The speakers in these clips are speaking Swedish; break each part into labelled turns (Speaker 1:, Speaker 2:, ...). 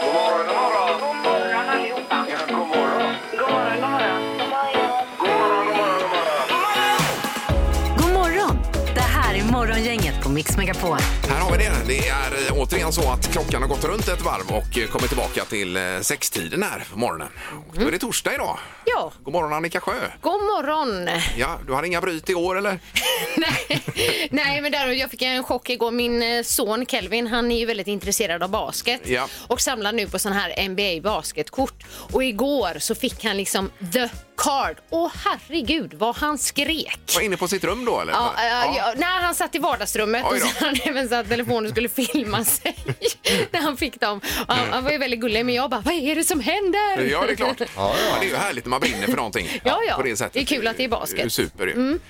Speaker 1: God morgon, god morgon.
Speaker 2: God morgon allihopa.
Speaker 1: Ja, god morgon.
Speaker 2: God morgon, god morgon.
Speaker 1: God morgon, god morgon, god morgon.
Speaker 3: God morgon! Det här är Morgongänget på Mix Megapol.
Speaker 4: Här har vi det. Det är eh, återigen så att klockan har gått runt ett varv och eh, kommer tillbaka till eh, sextiden här på morgonen. Och Då är det torsdag idag.
Speaker 5: Ja,
Speaker 4: God morgon Annika Sjö.
Speaker 5: god morgon!
Speaker 4: Ja, du hade inga bryt i år eller?
Speaker 5: Nej, nej, men där, jag fick en chock igår. Min eh, son Kelvin, han är ju väldigt intresserad av basket
Speaker 4: Ja.
Speaker 5: och samlar nu på sån här NBA basketkort. Och igår så fick han liksom the card. Åh herregud vad han skrek!
Speaker 4: Var inne på sitt rum då eller?
Speaker 5: Ja, ja. Ja, när han satt i vardagsrummet
Speaker 4: Oj
Speaker 5: och
Speaker 4: då.
Speaker 5: så hade han även satt telefonen och skulle filma sig när han fick dem. Och han, han var ju väldigt gullig men jag bara, vad är det som händer?
Speaker 4: Mm. Ja, det är klart. Ja, det är ju härligt när man brinner för någonting.
Speaker 5: Ja, ja.
Speaker 4: På det, sättet.
Speaker 5: Det är kul att det är basket. Mm.
Speaker 4: Det är super ju.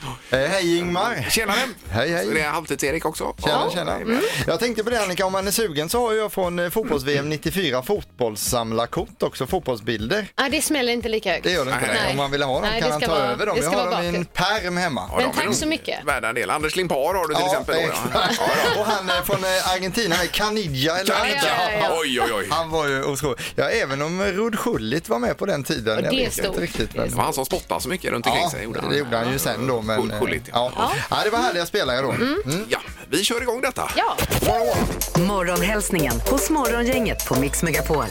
Speaker 6: Eh, hej Ingmar!
Speaker 4: Tjenare!
Speaker 6: Hej, hej.
Speaker 4: Det är halvtids-Erik också.
Speaker 6: Tjena, tjena. Jag tänkte på det Annika, om man är sugen så har jag från eh, fotbolls-VM 94 fotbollssamlarkort också, fotbollsbilder.
Speaker 5: Ja, det smäller inte lika högt.
Speaker 6: Det gör det inte.
Speaker 4: Nej.
Speaker 6: Om man vill ha dem
Speaker 5: Nej,
Speaker 6: kan
Speaker 5: det
Speaker 6: han
Speaker 5: ska
Speaker 6: ta
Speaker 5: vara-
Speaker 6: över dem.
Speaker 5: det
Speaker 6: Jag
Speaker 5: ska
Speaker 6: har
Speaker 5: vara
Speaker 6: dem i en pärm hemma.
Speaker 4: Ja, de
Speaker 5: Men
Speaker 4: är
Speaker 5: tack så
Speaker 4: nog
Speaker 5: mycket.
Speaker 4: Värda en del. Anders Limpar har du till exempel. Då, ja.
Speaker 6: exakt. Och han eh, från eh, Argentina, med Canilla eller
Speaker 4: Kan
Speaker 5: Ja,
Speaker 4: inte.
Speaker 5: ja, ja, ja.
Speaker 4: Oj, oj, oj.
Speaker 6: Han var ju otrolig. Ja, även om Rud Schullit var med på den tiden.
Speaker 5: Och
Speaker 6: jag
Speaker 5: det är
Speaker 6: vet
Speaker 5: stort.
Speaker 6: inte riktigt. Men...
Speaker 4: Det var han som spottade så mycket runt omkring
Speaker 6: Ja,
Speaker 4: sig.
Speaker 6: det gjorde han ju sen då. Men, eh,
Speaker 4: Schullit, ja.
Speaker 6: ja. Ja, det var härliga spelare då. Mm.
Speaker 4: Ja, vi kör igång detta.
Speaker 5: Ja.
Speaker 3: Morgonhälsningen hos Morgongänget på Mix Megapol.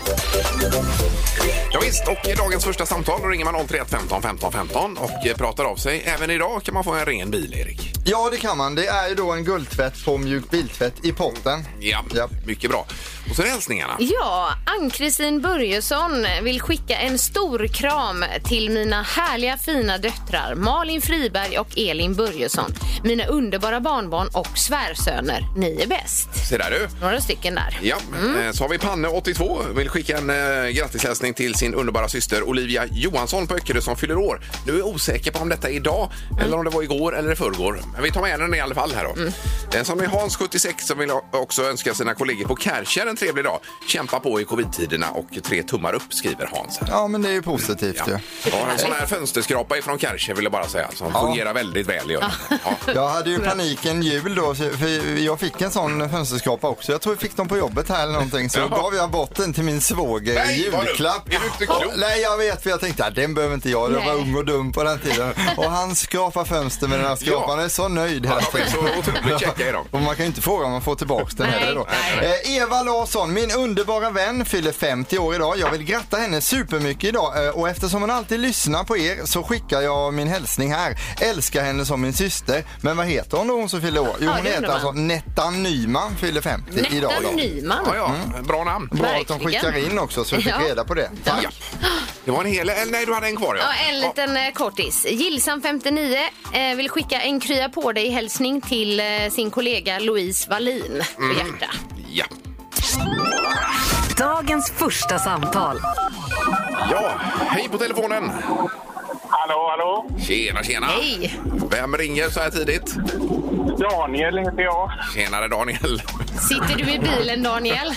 Speaker 4: Ja, visst, och i dagens första samtal då ringer man 031 15 15 15 och eh, pratar av sig. Även idag kan man få en ren bil, Erik.
Speaker 6: Ja, det kan man. Det är ju då en guldtvätt på mjuk biltvätt i potten.
Speaker 4: Ja,
Speaker 6: Ja.
Speaker 4: mycket bra. Och så är det hälsningarna.
Speaker 5: Ja, Ann-Kristin Börjesson vill skicka en stor kram till mina härliga fina döttrar Malin Friberg och Elin Börjesson. Mina underbara barnbarn och svärsöner. Ni är bäst.
Speaker 4: Se där du.
Speaker 5: Några stycken där.
Speaker 4: Ja, eh, så har vi Panne82. Vill skicka en eh, grattishälsning till sin underbara syster Olivia Johansson på Öckerö som fyller år. Nu är jag osäker på om detta är idag eller om det var igår eller i förrgår. Men vi tar med den i alla fall här då. Eh, som är Hans76 som vill ha- också önska sina kollegor på Kärrkärr en trevlig dag. Kämpa på i covid-tiderna och tre tummar upp skriver Hans. Här.
Speaker 6: Ja, men det är ju positivt
Speaker 4: Ja.
Speaker 6: ju.
Speaker 4: Ja, en sån här fönsterskrapa ifrån Kärrkärr vill jag bara säga som fungerar väldigt väl. Gör den. ja.
Speaker 6: Jag hade ju paniken jul då, för- för jag fick en sån fönsterskrapa också. Jag tror jag fick dem på jobbet här eller någonting. Så då
Speaker 4: Ja.
Speaker 6: gav jag bort den till min svåger i
Speaker 4: Nej, vad du-
Speaker 6: julklapp.
Speaker 4: är du inte klok?
Speaker 6: Nej, jag vet för jag tänkte att den behöver inte jag. Jag var
Speaker 5: Nej.
Speaker 6: ung och dum på den tiden. Och han skrapar fönster med den här skrapan. Han är så nöjd hela
Speaker 4: Ja, de är
Speaker 6: tiden.
Speaker 4: så otroligt käcka i dem.
Speaker 6: Och man kan ju inte fråga om man får tillbaka den
Speaker 5: Nej,
Speaker 6: heller då.
Speaker 5: nej.
Speaker 6: Eh, Eva Larsson, min underbara vän, fyller 50 år idag. Jag vill gratta henne supermycket idag eh, och eftersom hon alltid lyssnar på er så skickar jag min hälsning här. Älskar henne som min syster. Men vad heter hon då hon som fyller år? Jo,
Speaker 5: Ja,
Speaker 6: hon
Speaker 5: det
Speaker 6: heter
Speaker 5: undrar
Speaker 6: alltså Netta Nyman, fyller 50 idag.
Speaker 5: Netta
Speaker 6: då.
Speaker 5: Nyman.
Speaker 4: Ja, ja, bra namn.
Speaker 6: Bra att de
Speaker 5: Verkligen.
Speaker 6: skickar in också så vi fick
Speaker 5: Ja.
Speaker 6: reda på det. Tack.
Speaker 4: Ja. Det var en hel... Eller nej, du hade en kvar.
Speaker 5: Ja, en liten eh, kortis. Gilsam59 eh, vill skicka en krya på dig-hälsning till eh, sin kollega Louise Wallin på
Speaker 6: Mm.
Speaker 5: hjärta.
Speaker 4: Ja.
Speaker 3: Dagens första samtal.
Speaker 4: ja, hej på telefonen!
Speaker 7: Hallå, hallå.
Speaker 4: Tjena, tjena!
Speaker 5: Hej!
Speaker 4: Vem ringer så här tidigt?
Speaker 7: Daniel heter jag.
Speaker 4: Tjenare Daniel!
Speaker 5: Sitter du i bilen, Daniel?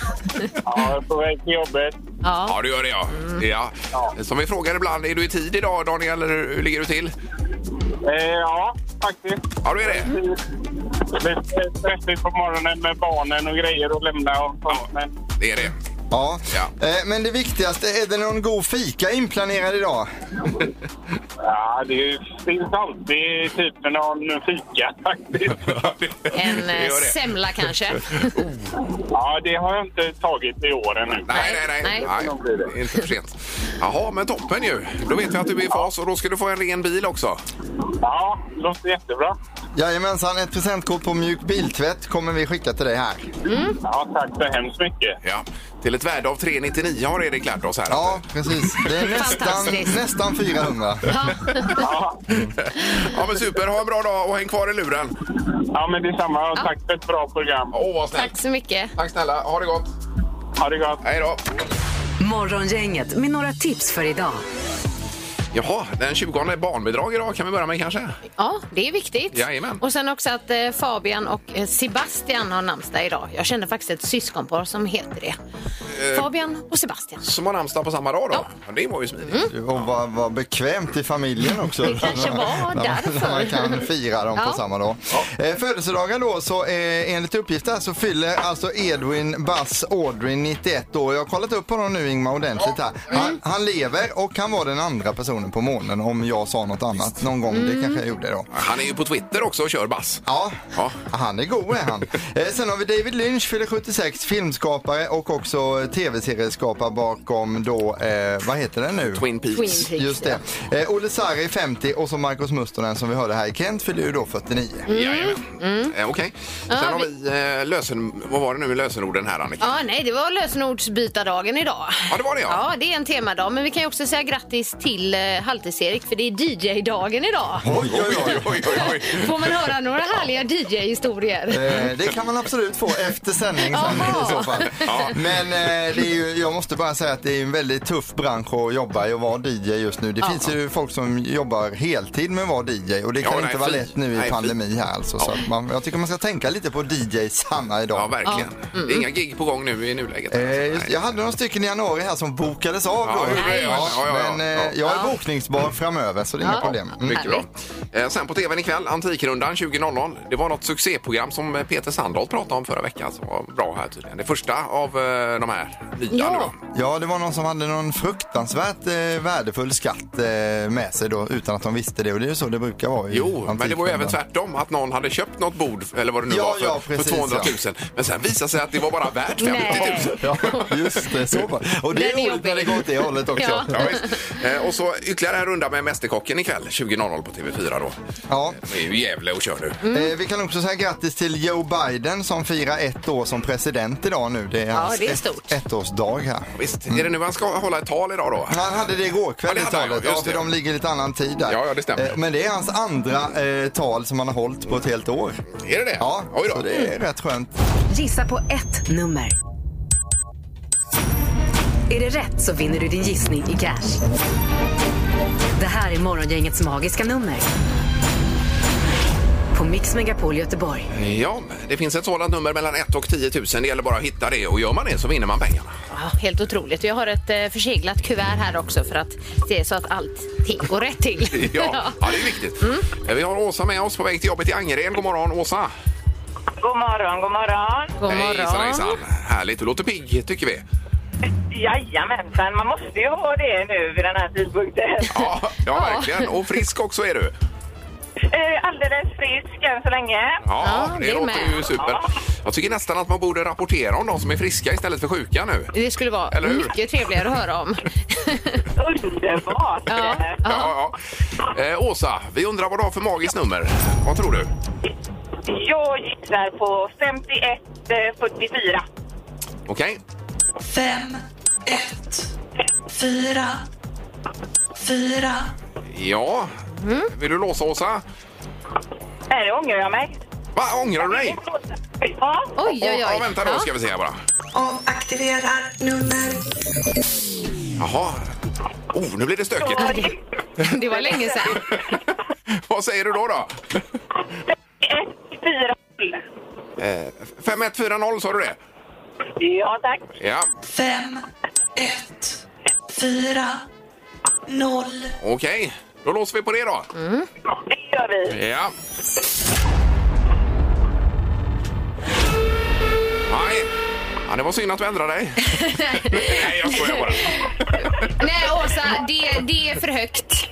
Speaker 7: Ja, jag är på väg till jobbet.
Speaker 5: Ja.
Speaker 4: Ja, det gör det ja.
Speaker 5: Mm.
Speaker 4: ja. Som vi frågar ibland, är du i tid idag Daniel? Eller hur ligger du till?
Speaker 7: Eh, ja, faktiskt.
Speaker 4: Ja, du är det?
Speaker 7: Det blir stressigt på morgonen med barnen och grejer att lämna och sånt. Men
Speaker 4: Det är det.
Speaker 6: Ja.
Speaker 4: Ja.
Speaker 6: Eh, Men det viktigaste, är det någon god fika inplanerad idag?
Speaker 7: ja, det finns alltid typ med någon fika faktiskt.
Speaker 5: En
Speaker 4: Det
Speaker 5: eh,
Speaker 4: gör det.
Speaker 5: semla kanske.
Speaker 7: Ja, det har jag inte tagit i år ännu.
Speaker 4: Nej, nej, nej.
Speaker 5: Nej.
Speaker 4: nej. det är inte för sent. Jaha, men toppen ju. Då vet vi att du är i fas och då ska du få en ren bil också.
Speaker 7: Ja, låter jättebra.
Speaker 6: Jajamensan, ett presentkort på mjuk biltvätt kommer vi skicka till dig här.
Speaker 7: Ja, tack så hemskt mycket.
Speaker 4: Ja. Till ett värde av 399 har Erik lärt oss här.
Speaker 6: Ja, precis. Det är nästan,
Speaker 5: Fantastiskt.
Speaker 6: nästan 400.
Speaker 7: Ja,
Speaker 4: ja, men super. Ha en bra dag och häng kvar i luren.
Speaker 7: ja men detsamma. Och tack för ett bra program.
Speaker 4: Åh, vad snällt.
Speaker 5: Tack så mycket.
Speaker 4: Tack snälla. Ha det gott.
Speaker 7: Ha det gott.
Speaker 4: Hej då.
Speaker 3: Morgongänget med några tips för idag.
Speaker 4: Jaha, den 20 barnbidrag idag kan vi börja med kanske?
Speaker 5: Ja, det är viktigt.
Speaker 4: Jajamän.
Speaker 5: Och sen också att eh, Fabian och eh, Sebastian har namnsdag idag. Jag känner faktiskt ett syskonpar som heter det.
Speaker 4: eh,
Speaker 5: Fabian och Sebastian.
Speaker 4: som har namnsdag på samma dag då. Ja, det var ju smidigt.
Speaker 6: Och vad, vad bekvämt i familjen också.
Speaker 5: Det kanske var
Speaker 6: När man-
Speaker 5: därför.
Speaker 6: När man kan fira dem
Speaker 5: Ja.
Speaker 6: på samma dag. Eh, födelsedagar då, så eh, enligt uppgifter här så fyller alltså Edwin Buzz Aldrin 91 år. Jag har kollat upp honom nu Ingmar ordentligt här. Han, han lever och han var den andra personen på månen om jag sa något annat någon gång.
Speaker 5: Mm.
Speaker 6: Det kanske jag gjorde då.
Speaker 4: Han är ju på Twitter också och kör bass.
Speaker 6: Ja,
Speaker 4: Ja.
Speaker 6: han är god är han. Eh, Sen har vi David Lynch, fyller 76, filmskapare och också eh, tv-serieskapare bakom då, eh, vad heter den nu?
Speaker 4: Twin Peaks.
Speaker 5: Twin Peaks.
Speaker 6: Just det. Eh, Olle Sarri 50 och så Marcus Mustonen som vi hörde här i Kent fyller ju då 49.
Speaker 4: Jajamän. Eh, Okej. Sen har vi eh, lösen... Vad var det nu med lösenorden här, Annika?
Speaker 5: Ja, nej, det var lösenordsbytardagen idag.
Speaker 4: Ja, det var det, ja.
Speaker 5: Ja, det är en temadag. Men vi kan ju också säga grattis till eh, Haltis-Erik för det är DJ-dagen idag.
Speaker 4: Oj, oj, oj, oj, oj, oj.
Speaker 5: Får man höra några härliga DJ-historier?
Speaker 6: Eh, det kan man absolut få efter sändning sen
Speaker 5: Jaha.
Speaker 6: i så fall. Men eh, det är ju, jag måste bara säga att det är en väldigt tuff bransch att jobba i och vara DJ just nu. Det finns ju folk som jobbar heltid med att vara DJ och det
Speaker 4: Ja,
Speaker 6: kan
Speaker 4: nej,
Speaker 6: inte vara
Speaker 4: fy.
Speaker 6: lätt nu i
Speaker 4: Nej, fy.
Speaker 6: pandemi här alltså. Så att man, jag tycker man ska tänka lite på DJs Hanna
Speaker 4: Ja,
Speaker 6: idag.
Speaker 4: verkligen. Det är inga gig på gång nu i nuläget.
Speaker 6: Eh, just, jag hade några stycken i januari här som bokades av
Speaker 4: Ja,
Speaker 6: då.
Speaker 4: hur är det? Ja, ja, ja,
Speaker 6: Men
Speaker 4: ja.
Speaker 6: eh, jag är bokningsbar framöver så det är inga
Speaker 5: Ja.
Speaker 6: problem. Mm.
Speaker 4: Mycket bra. Eh, Sen på tvn ikväll, Antikrundan 20.00. Det var något succéprogram som eh, Peter Sandholt pratade om förra veckan som var bra här tydligen. Det första av eh, de här nya
Speaker 5: Ja.
Speaker 4: nu då.
Speaker 6: Ja, det var någon som hade någon fruktansvärt eh, värdefull skatt eh, med sig då utan att de visste det. Och det är ju så det brukar vara i
Speaker 4: Jo, men det var ju
Speaker 6: antikhandeln.
Speaker 4: även tvärtom att någon hade köpt något bord eller vad det nu
Speaker 6: Ja,
Speaker 4: var för,
Speaker 6: ja, precis,
Speaker 4: för 200 000.
Speaker 6: ja.
Speaker 4: Men sen visade sig att det var bara värt 50 000.
Speaker 6: Ja, just det. Så var det. Och det är
Speaker 5: Den är
Speaker 6: roligt när det
Speaker 5: jobbig.
Speaker 6: går åt det hållet också.
Speaker 4: Ja,
Speaker 5: Ja.
Speaker 4: visst. Eh, och så ytterligare en runda med Mästerkocken ikväll 20.00 på TV4 då.
Speaker 6: Ja.
Speaker 4: Det är ju Gävle och kör nu.
Speaker 5: Mm.
Speaker 6: Eh, vi kan också säga grattis till Joe Biden som firar ett år som president idag nu. Det är hans
Speaker 5: det är
Speaker 6: ett-
Speaker 5: stort.
Speaker 6: ettårsdag här.
Speaker 4: Visst, är det nu han ska hålla ett tal idag då?
Speaker 6: Han hade det igår kväll
Speaker 4: Ja, det
Speaker 6: i
Speaker 4: hade han,
Speaker 6: talet,
Speaker 4: ja, just
Speaker 6: ja, för
Speaker 4: det.
Speaker 6: de ligger lite annan tid där.
Speaker 4: Ja, ja, det stämmer.
Speaker 6: Eh, Men det är hans andra eh, tal som han har hållit på ett helt år.
Speaker 4: Är det det?
Speaker 6: Ja,
Speaker 4: Oj då.
Speaker 6: så det är rätt skönt.
Speaker 3: Gissa på ett nummer. Är det rätt så vinner du din gissning i cash. Det här är Morgongängets magiska nummer. På Mix Megapol Göteborg.
Speaker 4: Ja, det finns ett sådant nummer mellan 1 och 10 000. Det gäller bara att hitta det och gör man det så vinner man pengarna.
Speaker 5: Ja, helt otroligt. Och Jag har ett eh, förseglat kuvert här också för att se så att allting går rätt till.
Speaker 4: Ja, ja det är viktigt.
Speaker 5: Mm.
Speaker 4: Eh, Vi har Åsa med oss på väg till jobbet i Angered. God morgon Åsa!
Speaker 2: God morgon, god morgon.
Speaker 5: God morgon.
Speaker 4: Hejsan, hejsan. Härligt, du låter pigg tycker vi.
Speaker 2: Jajamensan, man måste ju ha det nu vid den här tidpunkten.
Speaker 4: Ja, ja verkligen. Och frisk också är du.
Speaker 2: Eh, Alldeles frisk än så länge.
Speaker 4: Ja,
Speaker 5: Ja,
Speaker 4: det,
Speaker 5: det är
Speaker 4: låter
Speaker 5: med.
Speaker 4: ju super. Jag tycker nästan att man borde rapportera om de som är friska istället för sjuka nu.
Speaker 5: Det skulle vara
Speaker 4: Eller hur?
Speaker 5: mycket trevligare att höra om.
Speaker 2: Underbart!
Speaker 5: Ja.
Speaker 4: Ja, ja. Eh, Åsa, vi undrar vad du har för magiskt nummer. Vad tror du?
Speaker 2: Jag gissar på eh, 5144.
Speaker 4: Okej?
Speaker 8: Fem, ett, fyra, fyra.
Speaker 4: Ja. Vill du låsa Åsa?
Speaker 2: Här det ångrar jag mig.
Speaker 4: Va, ångrar du dig?
Speaker 2: Ja,
Speaker 5: Oj, oj, oj.
Speaker 4: Ja, vänta då ska vi se bara.
Speaker 8: Avaktiverar nummer.
Speaker 4: Jaha. Oh, nu blir det stökigt.
Speaker 5: Ja, det var länge sedan.
Speaker 4: Vad säger du då? då?
Speaker 2: 140.
Speaker 4: Eh, 5140 sa du det?
Speaker 2: Ja, tack.
Speaker 4: Ja,
Speaker 8: Fem, ett, fyra, noll.
Speaker 4: okej. Då låser vi på det då.
Speaker 2: Det gör vi.
Speaker 4: Ja. Nej. Ja, det var synd att du ändrade dig. Nej, jag skojar bara.
Speaker 5: Nej, Åsa, det, det är för högt.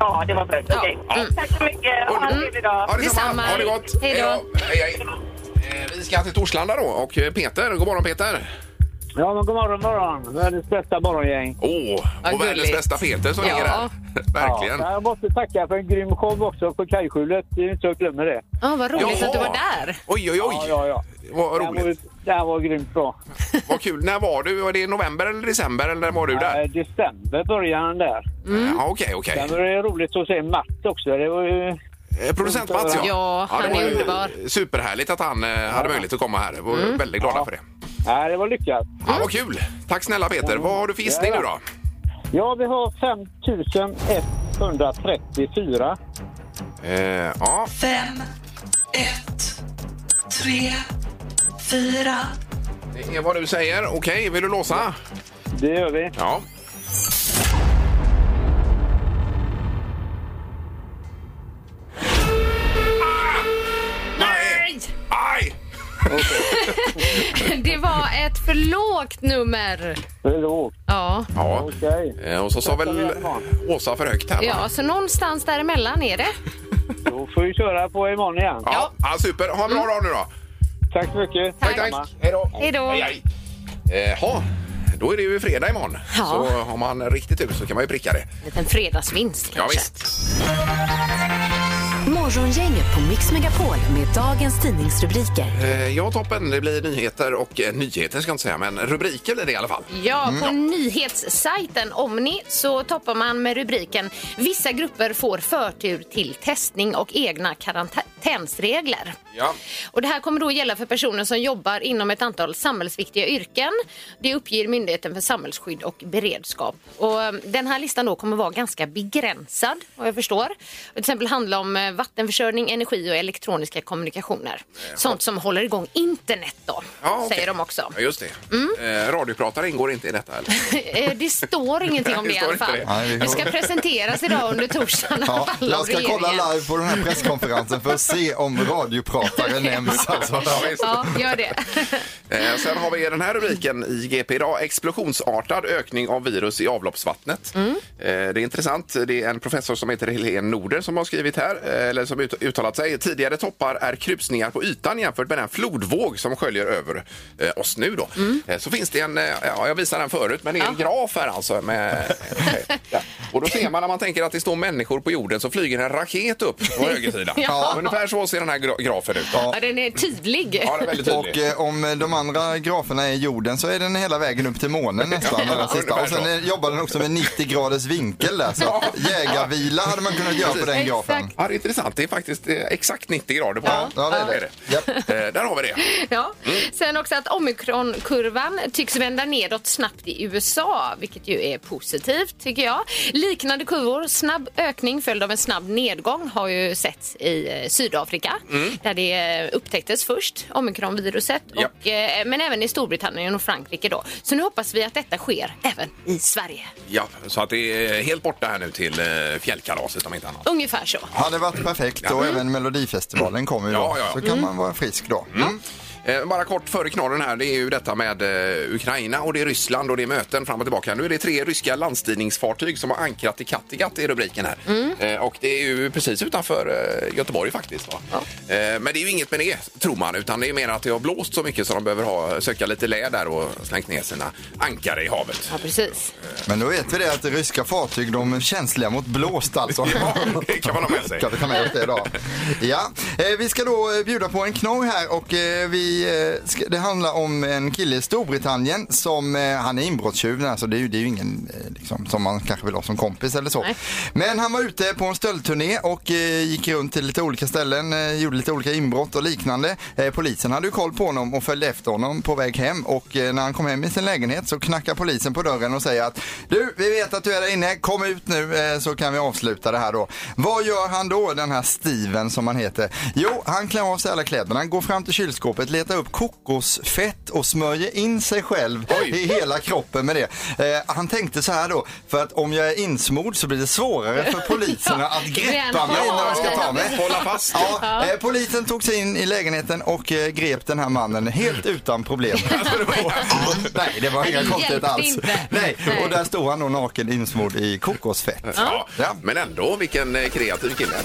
Speaker 2: Ja, det var bra. Okej.
Speaker 4: Ja.
Speaker 5: Mm.
Speaker 2: Tack så mycket. Ha en trevlig dag.
Speaker 4: Ha det
Speaker 5: Detsamma.
Speaker 4: Ha det gott.
Speaker 5: Hej då.
Speaker 4: Hej, hej. Eh, Vi ska till Torslanda då och eh, Peter, god morgon Peter.
Speaker 9: Ja, men god morgon, morgon. Världens bästa morgongäng.
Speaker 4: Åh, oh, och
Speaker 5: gulligt.
Speaker 4: världens bästa Peter som
Speaker 5: Ja.
Speaker 4: ringer här. Verkligen.
Speaker 9: Ja, jag måste tacka för en grym show också på kajskjulet. Det är inte så jag glömmer det.
Speaker 5: Ja, vad roligt
Speaker 4: Jaha.
Speaker 5: att du var där.
Speaker 4: Oj, oj, oj.
Speaker 9: Ja, ja, ja. Det
Speaker 4: Vad
Speaker 9: här var,
Speaker 4: roligt.
Speaker 9: ju- det här var grymt bra.
Speaker 4: Vad kul. När var du? Var det i november eller december? Eller när var du där? Mm.
Speaker 9: Eh, December började han där.
Speaker 4: Ja, Okej, okej.
Speaker 9: Sen var det roligt att se Matt också. Det var ju...
Speaker 4: Eh, Producent Mats, ja.
Speaker 5: Ja, han
Speaker 4: det var
Speaker 5: är
Speaker 4: ju
Speaker 5: underbar.
Speaker 4: Superhärligt att han eh, hade möjlighet att komma här. Vi var
Speaker 9: Mm.
Speaker 4: väldigt glada för det.
Speaker 9: Nej, det var lyckat.
Speaker 4: Ja, vad kul! Tack snälla Peter. Vad har du för gissning nu då?
Speaker 9: Ja, vi har 5134.
Speaker 4: Eh, ja,
Speaker 8: Fem, ett, tre, fyra,
Speaker 4: Det är vad du säger. Okej, vill du låsa?
Speaker 9: Det gör vi.
Speaker 4: Ja. Nej! Aj!
Speaker 5: Det var ett för lågt nummer.
Speaker 9: Det är lågt.
Speaker 5: Ja,
Speaker 4: Ja.
Speaker 9: Okej.
Speaker 4: Eh, Och så sa väl Åsa för högt här va?
Speaker 5: ja så någonstans däremellan är det.
Speaker 9: Då får vi köra på imorgon igen.
Speaker 4: Ja, ja, super. Ha en bra dag nu då.
Speaker 9: Tack så mycket.
Speaker 5: Tack.
Speaker 4: Hej då.
Speaker 5: Hej då.
Speaker 4: Hej, hej. Eh, ha. Då är det ju fredag imorgon.
Speaker 5: Ja.
Speaker 4: Så har man riktigt tur så kan man ju pricka det.
Speaker 5: En liten fredagsvinst
Speaker 4: Ja,
Speaker 5: kanske.
Speaker 4: visst.
Speaker 3: Morgongänget på Mix Megapol med dagens tidningsrubriker.
Speaker 4: Eh, Ja, toppen. Det blir nyheter och eh, nyheter ska jag inte säga, men rubriker blir det i alla fall.
Speaker 5: Ja, på
Speaker 4: Mm.
Speaker 5: nyhetssajten Omni så toppar man med rubriken Vissa grupper får förtur till testning och egna karantänsregler.
Speaker 4: Ja.
Speaker 5: Och det här kommer då gälla för personer som jobbar inom ett antal samhällsviktiga yrken. Det uppger Myndigheten för samhällsskydd och beredskap. Och eh, den här listan då kommer vara ganska begränsad vad jag förstår. Och till exempel handla om eh, vattenförsörjning, energi och elektroniska kommunikationer. Sånt som håller igång internet då,
Speaker 4: Ja, okej.
Speaker 5: säger de också.
Speaker 4: Ja, just det. Eh, radiopratare ingår inte i detta. Eller?
Speaker 5: Eh, Det står ingenting om
Speaker 4: Det
Speaker 5: det, i alla
Speaker 4: står
Speaker 5: fall.
Speaker 4: inte
Speaker 6: det. Nej, vi-
Speaker 5: Det ska presenteras idag under torsdagen av
Speaker 6: Ja,
Speaker 5: alla
Speaker 6: jag ska
Speaker 5: av
Speaker 6: kolla
Speaker 5: regeringen.
Speaker 6: live på den här presskonferensen för att se om radiopratare nämns. Alltså.
Speaker 4: Ja, visst.
Speaker 5: Ja, gör det.
Speaker 4: Eh, sen har vi den här rubriken i GP idag. Explosionsartad ökning av virus i avloppsvattnet.
Speaker 5: Mm.
Speaker 4: Eh, det är intressant. Det är en professor som heter Helene Norder som har skrivit här, eh, eller som ut- uttalat sig. Tidigare toppar är krusningar på ytan jämfört med den flodvåg som sköljer över eh, oss nu då.
Speaker 5: Mm.
Speaker 4: Eh, så finns det en, eh, ja jag visade den förut, men det är en graf här alltså. Med, ja. Och då ser man när man tänker att det står människor på jorden så flyger en raket upp på höger sida.
Speaker 5: Ja.
Speaker 4: Ungefär så ser den här gra- grafen ut. Då.
Speaker 5: Ja, den är tydlig.
Speaker 4: Ja, den är väldigt tydlig.
Speaker 6: Och eh, om de andra graferna är jorden så är den hela vägen upp till månen nästan.
Speaker 4: Ja,
Speaker 6: den sista.
Speaker 4: ungefär
Speaker 6: Och sen
Speaker 4: så.
Speaker 6: eh, jobbar den också med 90 graders vinkel där. Så att jägarvila hade man kunnat göra på den
Speaker 5: Exakt.
Speaker 6: grafen.
Speaker 4: Ja, det är intressant. Det är faktiskt eh, exakt 90 grader på den.
Speaker 6: Ja, det är det. Japp.
Speaker 4: Eh, Där har vi det.
Speaker 5: Ja. Sen också att omikronkurvan tycks vända nedåt snabbt i USA, vilket ju är positivt tycker jag. Liknande kurvor, snabb ökning följd av en snabb nedgång har ju setts i eh, Sydafrika
Speaker 6: Mm.
Speaker 5: där det eh, upptäcktes först, omikronviruset,
Speaker 4: Ja.
Speaker 5: och, eh, men även i Storbritannien och Frankrike då. Så nu hoppas vi att detta sker även i Sverige.
Speaker 4: Ja, så att det är helt borta här nu till eh, fjällkalaset om inte annat.
Speaker 5: Ungefär så.
Speaker 6: Hade varit perfekt och även Melodifestivalen kommer ju
Speaker 4: Ja,
Speaker 6: då.
Speaker 4: ja, ja.
Speaker 6: Så kan man vara frisk då.
Speaker 4: Eh, Bara kort före knorren här, det är ju detta med eh, Ukraina och det är Ryssland och det är möten fram och tillbaka. Nu är det tre ryska landstigningsfartyg som har ankrat i Kattegatt i rubriken här.
Speaker 6: Mm.
Speaker 4: Eh, Och det är ju precis utanför eh, Göteborg faktiskt. Va? Eh, Men det är ju inget med det, tror man, utan det är mer att det har blåst så mycket så de behöver ha, söka lite lä där och slängt ner sina ankare i havet.
Speaker 5: Ja, precis.
Speaker 6: Men då vet vi det att ryska fartyg de är känsliga mot blåst alltså.
Speaker 4: Ja, det kan man ha med sig.
Speaker 6: Kan vi ta med oss det idag? Ja, eh, vi ska då eh, bjuda på en knorr här och eh, vi, eh, ska, det handlar om en kille i Storbritannien som, eh, han är inbrottstjuv, alltså det är ju, det är ju ingen eh, liksom, som man kanske vill ha som kompis eller så.
Speaker 5: Nej.
Speaker 6: Men han var ute på en stöldturné och eh, gick runt till lite olika ställen, eh, gjorde lite olika inbrott och liknande. Eh, polisen hade ju koll på honom och följde efter honom på väg hem och eh, när han kom hem i sin lägenhet så knackar polisen på dörren och säger att du, vi vet att du är där inne, kom ut nu eh, så kan vi avsluta det här då. Vad gör han då, den här Steven som han heter? Jo, han klär av sig alla kläderna, han går fram till kylskåpet, letar upp kokosfett och smörjer in sig själv
Speaker 4: Oj.
Speaker 6: i hela kroppen med det. Eh, han tänkte så här då, för att om jag är insmord så blir det svårare för poliserna att greppa mig när de ska ta mig.
Speaker 4: Hålla fast.
Speaker 6: Ja, eh, polisen tog sig in i lägenheten och eh, grep den här mannen helt utan problem.
Speaker 4: Alltså, det var inga-
Speaker 6: Nej, det var inga
Speaker 5: det
Speaker 6: konstigheter
Speaker 5: hjälpte
Speaker 6: alls.
Speaker 5: inte.
Speaker 6: Nej,
Speaker 5: Nej.
Speaker 6: och där stod han då naken insmord i kokosfett.
Speaker 4: Ja.
Speaker 6: Ja.
Speaker 4: Men ändå, vilken eh, kreativ kille.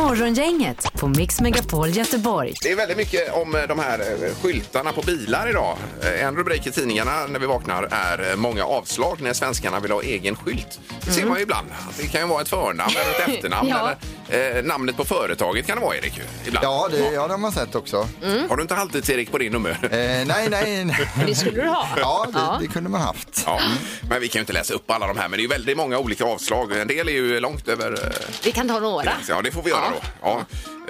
Speaker 3: Morgongänget på Mix Megapol Göteborg.
Speaker 4: Det är väldigt mycket om eh, de här eh, skyltarna på bilar idag. Eh, En rubrik i tidningarna när vi vaknar är eh, många avslag när svenskarna vill ha egen skylt. Det ser man ju ibland. Det kan ju vara ett förnamn eller ett efternamn.
Speaker 5: Ja.
Speaker 4: eller, eh, namnet på företaget kan det vara, Erik. ju, Ibland.
Speaker 6: Ja, det, ja, det har man sett också.
Speaker 5: Mm.
Speaker 4: Har du inte alltid Erik på din nummer?
Speaker 6: Eh, nej, nej, nej.
Speaker 5: Det skulle du ha.
Speaker 6: Ja, det, det kunde man haft.
Speaker 4: Ja, men vi kan ju inte läsa upp alla de här, men det är ju väldigt många olika avslag. En del är ju långt över eh,
Speaker 5: Vi kan ta några.
Speaker 4: gränsen. Ja, det får vi göra då. Ja.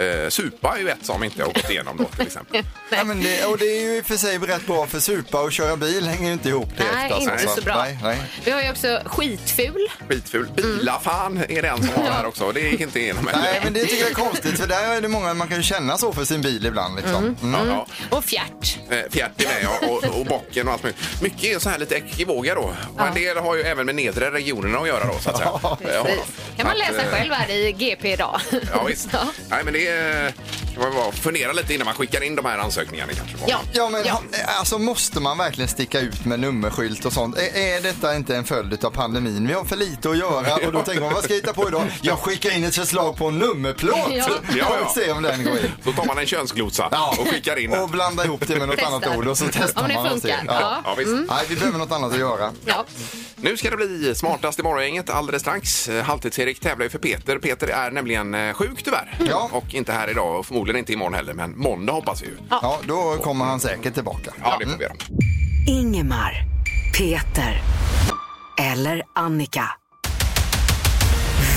Speaker 4: Eh, supa är ju ett som inte har gått igenom då till exempel.
Speaker 6: Ja, men men det, och det är ju i och för sig rätt bra för supa och köra bil hänger ju inte ihop direkt.
Speaker 5: Nej,
Speaker 6: alltså.
Speaker 5: inte så bra.
Speaker 6: Nej, nej.
Speaker 5: Vi har ju också skitful.
Speaker 4: Skitful. Bilafan är det en som har här också. Det gick inte igenom
Speaker 6: nej,
Speaker 4: heller.
Speaker 6: men det tycker jag är konstigt för där är det många man kan ju känna så för sin bil ibland liksom. Mm.
Speaker 4: Ja, ja.
Speaker 5: Och fjärt.
Speaker 4: Eh, Fjärt är med ja, och, och bocken och allt möjligt. Mycket är så här lite ekivoga då. Och en del har ju även med nedre regionerna att göra då så att säga. Eh, ja.
Speaker 5: kan man
Speaker 4: Så att,
Speaker 5: läsa
Speaker 4: eh,
Speaker 5: själv här i GP idag.
Speaker 4: Ja, visst.
Speaker 5: Ja.
Speaker 4: Nej, men det eh, kan man bara fundera lite innan man skickar in de här ansökningarna kanske.
Speaker 5: Ja.
Speaker 6: Ja, men ha- alltså måste man verkligen sticka ut med nummerskylt och sånt? Är, är detta inte en följd av pandemin? Vi har för lite att göra och då tänker man, vad ska jag hitta på idag? Jag skickar in ett förslag på en nummerplåt!
Speaker 5: Ja.
Speaker 4: Ja, ja.
Speaker 6: Och se om den går in.
Speaker 4: Då tar man en könsglosa och skickar in
Speaker 6: Och
Speaker 4: den.
Speaker 6: blanda ihop det med något
Speaker 5: Testar.
Speaker 6: annat ord och så testar
Speaker 5: Om det
Speaker 6: man och ser.
Speaker 5: funkar. Ja.
Speaker 4: Ja, visst.
Speaker 6: Nej, vi behöver något annat att göra.
Speaker 5: Ja.
Speaker 4: Nu ska det bli smartast i morgongänget alldeles strax. Eh, Halvtids-Erik tävlar ju för Peter. Peter är nämligen eh, sjuk tyvärr.
Speaker 6: Ja.
Speaker 4: Och inte här idag och förmodligen inte imorgon heller. Men måndag hoppas vi ju. Ja,
Speaker 6: Ja, då kommer han säkert tillbaka. Mm.
Speaker 4: det får vi göra.
Speaker 3: Ingemar, Peter eller Annika.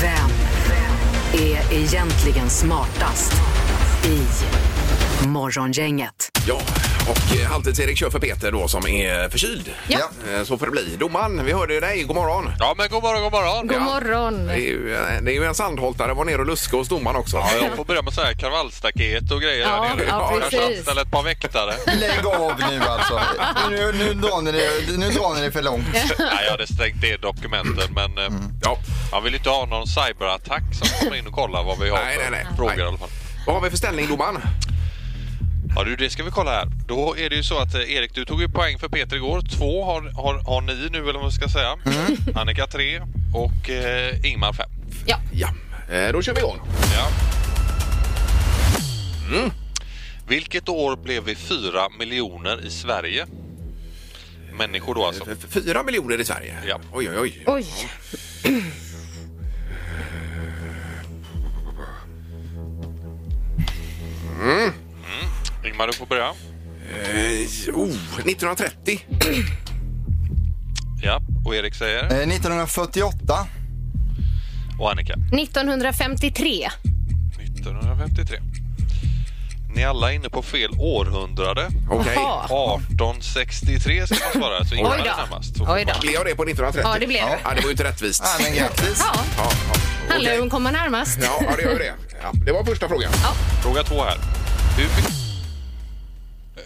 Speaker 3: Vem är egentligen smartast i Morgongänget?
Speaker 4: Ja, och eh, Halvtids-Erik kör för Peter då som är förkyld.
Speaker 5: Ja.
Speaker 4: Eh, Så får det bli. Domaren, vi hörde ju dig. God morgon.
Speaker 10: Ja, men god morgon, god morgon.
Speaker 5: God morgon.
Speaker 4: Det är ju, eh, det är ju en sandholtare. Var nere och luska hos domaren också.
Speaker 10: Ja, jag får börja med så här kravallstaket och grejer
Speaker 5: Ja,
Speaker 10: där nere.
Speaker 5: ja,
Speaker 10: Kanske
Speaker 5: precis.
Speaker 10: anställa ett par väktare.
Speaker 6: Lägg av nu alltså. Nu, nu, drar ni det, nu drar ni det för långt.
Speaker 10: Nej, jag hade stängt ner dokumenten, men eh,
Speaker 4: Ja.
Speaker 10: man vill ju inte ha någon cyberattack som kommer in och kollar vad vi har
Speaker 4: Nej,
Speaker 10: för
Speaker 4: nej, nej.
Speaker 10: frågor
Speaker 4: Nej.
Speaker 10: i alla fall.
Speaker 4: Vad har vi för ställning domaren?
Speaker 10: Ja, du, det ska vi kolla här. Då är det ju så att eh, Erik, du tog ju poäng för Peter igår. Två har, har, har ni nu, eller vad man ska säga. Annika tre och eh, Ingmar fem.
Speaker 5: Ja.
Speaker 4: Ja, eh, då kör vi igång.
Speaker 10: Ja. Mm. Vilket år blev vi fyra miljoner i Sverige? Människor då alltså.
Speaker 4: F- Fyra miljoner i Sverige?
Speaker 10: Ja.
Speaker 4: Oj, oj, oj.
Speaker 5: Oj.
Speaker 10: Ingmar, du får börja.
Speaker 4: Eh, oh, 1930.
Speaker 10: Ja, och Erik
Speaker 6: Eh,
Speaker 10: säger.
Speaker 6: 1948.
Speaker 10: Och Annika.
Speaker 5: 1953.
Speaker 10: 1953. Ni alla är inne på fel århundrade.
Speaker 4: Okej.
Speaker 5: Jaha.
Speaker 10: 1863 ska man svara, så Ingmar
Speaker 5: Oj
Speaker 10: är
Speaker 5: då.
Speaker 10: närmast.
Speaker 5: Oj då.
Speaker 4: Blev jag det på 1930?
Speaker 5: Ja, det blev det.
Speaker 4: Ja, det var ju inte rättvist.
Speaker 6: Nej, men grattis.
Speaker 5: Ja,
Speaker 4: Ja, ja.
Speaker 5: handlar
Speaker 4: Okej.
Speaker 5: ju om att komma närmast.
Speaker 4: Ja, ja, det gör ju det. Ja, det var första frågan.
Speaker 10: Fråga två här. Hur mycket,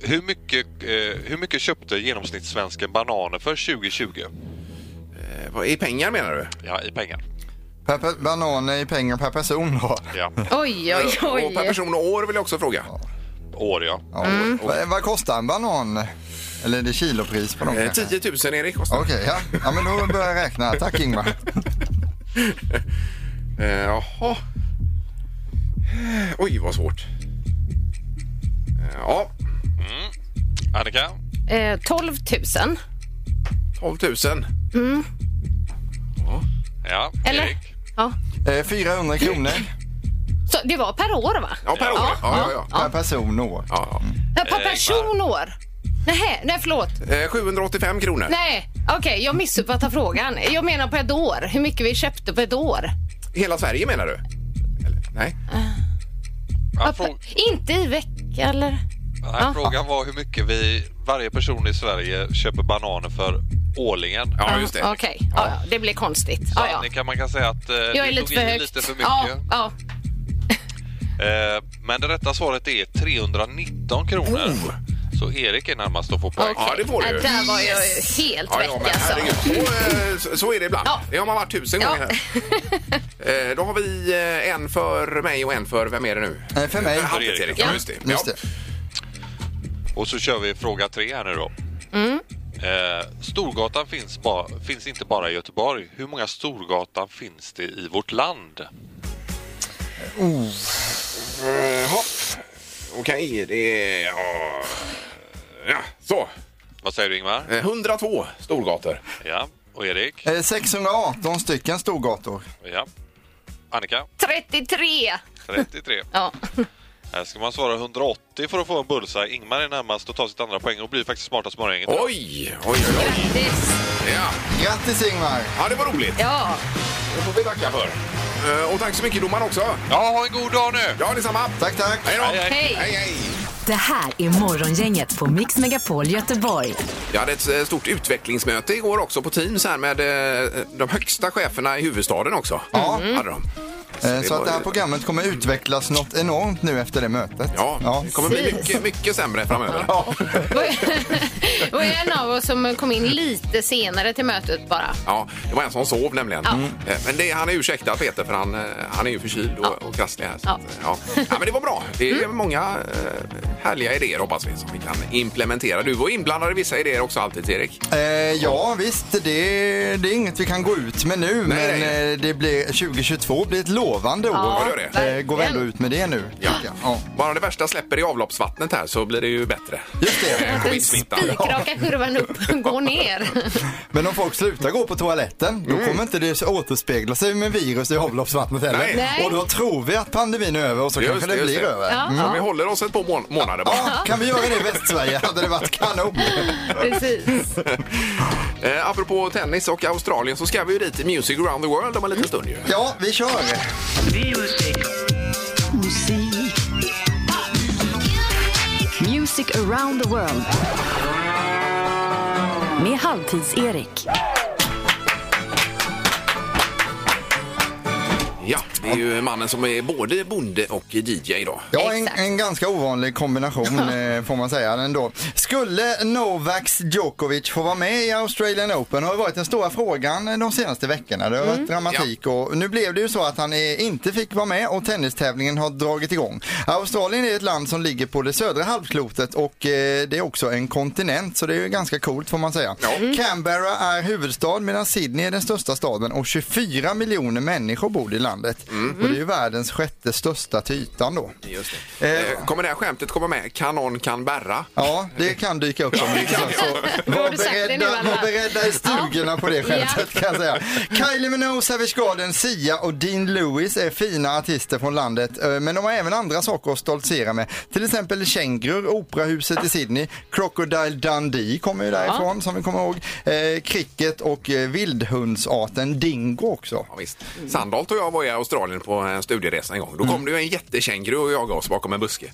Speaker 10: hur mycket, eh, hur mycket köpte genomsnittssvensken bananer för 2020?
Speaker 4: Eh, vad- I pengar menar du?
Speaker 10: Ja, i pengar.
Speaker 6: Per, per, bananer i pengar per person då.
Speaker 10: Ja,
Speaker 5: Oj, oj,
Speaker 4: Och per
Speaker 5: oj.
Speaker 4: person och år vill jag också fråga.
Speaker 10: år ja.
Speaker 6: Ja.
Speaker 5: Mm.
Speaker 6: Vad, vad kostar en banan? Eller är det kilopris på dem?
Speaker 4: Eh,
Speaker 6: kanske?
Speaker 4: 10 000 Erik kostar
Speaker 6: Okej, ja. ja. men då börjar jag räkna. Tack Ingmar.
Speaker 4: eh, Jaha. Eh, Oj, vad svårt. Eh, Ja,
Speaker 10: Annika?
Speaker 5: Eh, 12 000.
Speaker 4: 12 000.
Speaker 10: Ja,
Speaker 5: Eller?
Speaker 10: Erik?
Speaker 5: Ja.
Speaker 6: Eh, 400 kronor
Speaker 5: Så det var per år, va?
Speaker 4: Ja, per år. Ja, ja, ja.
Speaker 6: per person och år.
Speaker 4: Ja,
Speaker 5: Ja, per
Speaker 10: Eh,
Speaker 5: person år? Nej, nej förlåt.
Speaker 4: ja.
Speaker 6: Mm.
Speaker 4: Eh, 785 kronor.
Speaker 5: Nej, okej, jag missuppfattar frågan. Jag menar på ett år, hur mycket vi köpte på ett år.
Speaker 4: Hela Sverige menar du? Eller, nej?
Speaker 10: Ja,
Speaker 5: Att-
Speaker 10: frå-
Speaker 5: Inte i vecka eller?
Speaker 10: nej,
Speaker 5: Ja.
Speaker 10: Frågan var hur mycket vi, varje person i Sverige köper bananer för årligen.
Speaker 4: Ja, just det.
Speaker 5: Ah, Okej, ja. ja, det blir konstigt.
Speaker 10: Så
Speaker 5: Ja, ja.
Speaker 10: Annika, man kan säga att eh,
Speaker 5: Jag är
Speaker 10: du
Speaker 5: lite
Speaker 10: tog
Speaker 5: för
Speaker 10: i
Speaker 5: högt.
Speaker 10: lite för mycket.
Speaker 5: ja, ja.
Speaker 10: Eh, men det rätta svaret är 319 kronor. Så Erik är närmast att få poäng.
Speaker 5: Oh. Okej.
Speaker 4: Ja, det får du ju.
Speaker 5: Äh, Där var jag ju helt
Speaker 4: Ja,
Speaker 5: väck
Speaker 4: ja, men
Speaker 5: alltså.
Speaker 4: herregud. Så, eh, så- så är det ibland.
Speaker 5: Ja.
Speaker 4: Det har man varit tusen
Speaker 5: Ja.
Speaker 4: gånger här. Eh, Då har vi eh, en för mig och en för, vem är det nu?
Speaker 6: Eh, för mig.
Speaker 4: Halvtids,
Speaker 10: Erik.
Speaker 4: Erik.
Speaker 5: Ja.
Speaker 4: Ja, just det.
Speaker 6: Just det.
Speaker 10: Och så kör vi fråga tre här nu då.
Speaker 5: Mm.
Speaker 10: Eh, Storgatan finns, ba- finns inte bara i Göteborg. Hur många Storgatan finns det i vårt land?
Speaker 4: Eh, hopp. Okej, det är... ja. Ja, så.
Speaker 10: Vad säger du Ingmar?
Speaker 4: Eh, 102 Storgator.
Speaker 10: Ja. Och Erik?
Speaker 6: Eh, 618 stycken storgator.
Speaker 10: Ja. Annika?
Speaker 5: 33!
Speaker 10: 33.
Speaker 5: Ja.
Speaker 10: Här ska man svara 180 för att få en bullseye. Ingmar är närmast och tar sitt andra poäng och blir faktiskt smartast på morgonen.
Speaker 4: Oj, oj, oj. oj.
Speaker 5: Grattis!
Speaker 4: Ja.
Speaker 6: Grattis Ingmar!
Speaker 4: ja, det var roligt.
Speaker 5: Ja,
Speaker 4: Det får vi tacka för. Eh, Och tack så mycket domaren också.
Speaker 10: Ja, ha en god dag nu!
Speaker 4: Ja, detsamma.
Speaker 6: Tack, tack!
Speaker 4: Hej då.
Speaker 10: Hej, hej.
Speaker 5: hej!
Speaker 4: Hej, hej.
Speaker 3: Det här är Morgongänget på Mix Megapol Göteborg.
Speaker 4: Jag hade ett eh, stort utvecklingsmöte igår också på Teams här med eh, de högsta cheferna i huvudstaden också. Ja. Hade de.
Speaker 6: Eh, Så att det här
Speaker 4: var-
Speaker 6: programmet kommer utvecklas något enormt nu efter det mötet.
Speaker 4: Ja, det kommer bli
Speaker 5: Precis.
Speaker 4: mycket, mycket sämre framöver.
Speaker 6: Ja.
Speaker 5: Det var ju- det var ju en av oss som kom in lite senare till mötet bara.
Speaker 4: Ja, det var en som sov nämligen.
Speaker 5: Ja.
Speaker 4: Eh, Men det, han är ursäktad Peter för han, eh, han är ju förkyld och, och krasslig här. Så,
Speaker 5: Ja.
Speaker 4: att, eh, ja. ja, men det var bra. Det är många eh, härliga idéer hoppas vi som vi kan implementera. Du var inblandad i vissa idéer också alltid Erik.
Speaker 6: Eh, ja, visst. Det, det är inget vi kan gå ut med nu, men
Speaker 4: nej.
Speaker 6: eh, det blir, 2022 blir ett lovande år.
Speaker 5: Ja,
Speaker 4: Ja, det gör det.
Speaker 6: Eh, går vi ändå ut med det nu? tycker jag. Ja.
Speaker 4: Bara det värsta släpper i avloppsvattnet här så blir det ju bättre.
Speaker 6: Just det.
Speaker 4: Eh,
Speaker 5: Den
Speaker 4: Covid-smittan.
Speaker 5: spikraka kurvan upp och går ner.
Speaker 6: Men om folk slutar gå på toaletten,
Speaker 4: Mm.
Speaker 6: då kommer inte det återspegla sig med virus i avloppsvattnet heller.
Speaker 4: Nej.
Speaker 5: Nej.
Speaker 6: Och då tror vi att pandemin är över och så
Speaker 4: Just
Speaker 6: kanske
Speaker 4: det,
Speaker 6: det,
Speaker 4: just
Speaker 6: blir
Speaker 4: det.
Speaker 6: över.
Speaker 5: Ja.
Speaker 4: Så vi håller oss ett par mån- månader bara.
Speaker 6: Ja, kan vi göra det i Västsverige hade det varit kanon.
Speaker 5: Precis.
Speaker 4: Eh, apropå tennis och Australien så ska vi ju dit i Music around the world om en
Speaker 6: Mm.
Speaker 4: liten stund ju.
Speaker 6: Ja, vi kör.
Speaker 3: Music around the world. Med Halvtids-Erik.
Speaker 4: Ja, det är ju mannen som är både bonde och DJ idag.
Speaker 6: Ja, en,
Speaker 5: Exakt.
Speaker 6: en ganska ovanlig kombination eh, får man säga ändå. Skulle Novak Djokovic få vara med i Australian Open har ju varit den stora frågan eh, de senaste veckorna. Det har varit dramatik och nu blev det ju så att han eh, inte fick vara med och tennistävlingen har dragit igång. Australien är ett land som ligger på det södra halvklotet och eh, det är också en kontinent så det är ju ganska coolt får man säga. Canberra är huvudstad medan Sydney är den största staden och 24 miljoner människor bor i landet. Och det är ju världens sjätte största till ytan då.
Speaker 4: Just det.
Speaker 6: Eh,
Speaker 4: Eh, kommer det här skämtet komma med? Kanon kan bärra.
Speaker 6: Ja, det kan dyka upp om det
Speaker 4: kan
Speaker 6: så, så
Speaker 5: Då har
Speaker 6: var,
Speaker 5: du sagt det
Speaker 6: beredda,
Speaker 5: nu, Anna.
Speaker 6: var beredda i stugorna på det skämtet kan jag säga. Kylie Minogue, Savage Garden, Sia och Dean Lewis är fina artister från landet eh, men de har även andra saker att stoltsera med. Till exempel kängurur, operahuset i Sydney, Crocodile Dundee kommer ju därifrån som vi kommer ihåg, eh, cricket och eh, vildhundsarten dingo också.
Speaker 4: Ja, visst.
Speaker 6: Mm.
Speaker 4: Sandholt och jag var i Australien på en studieresa en gång. Då kom det ju en jättekänguru och jagade oss bakom en buske.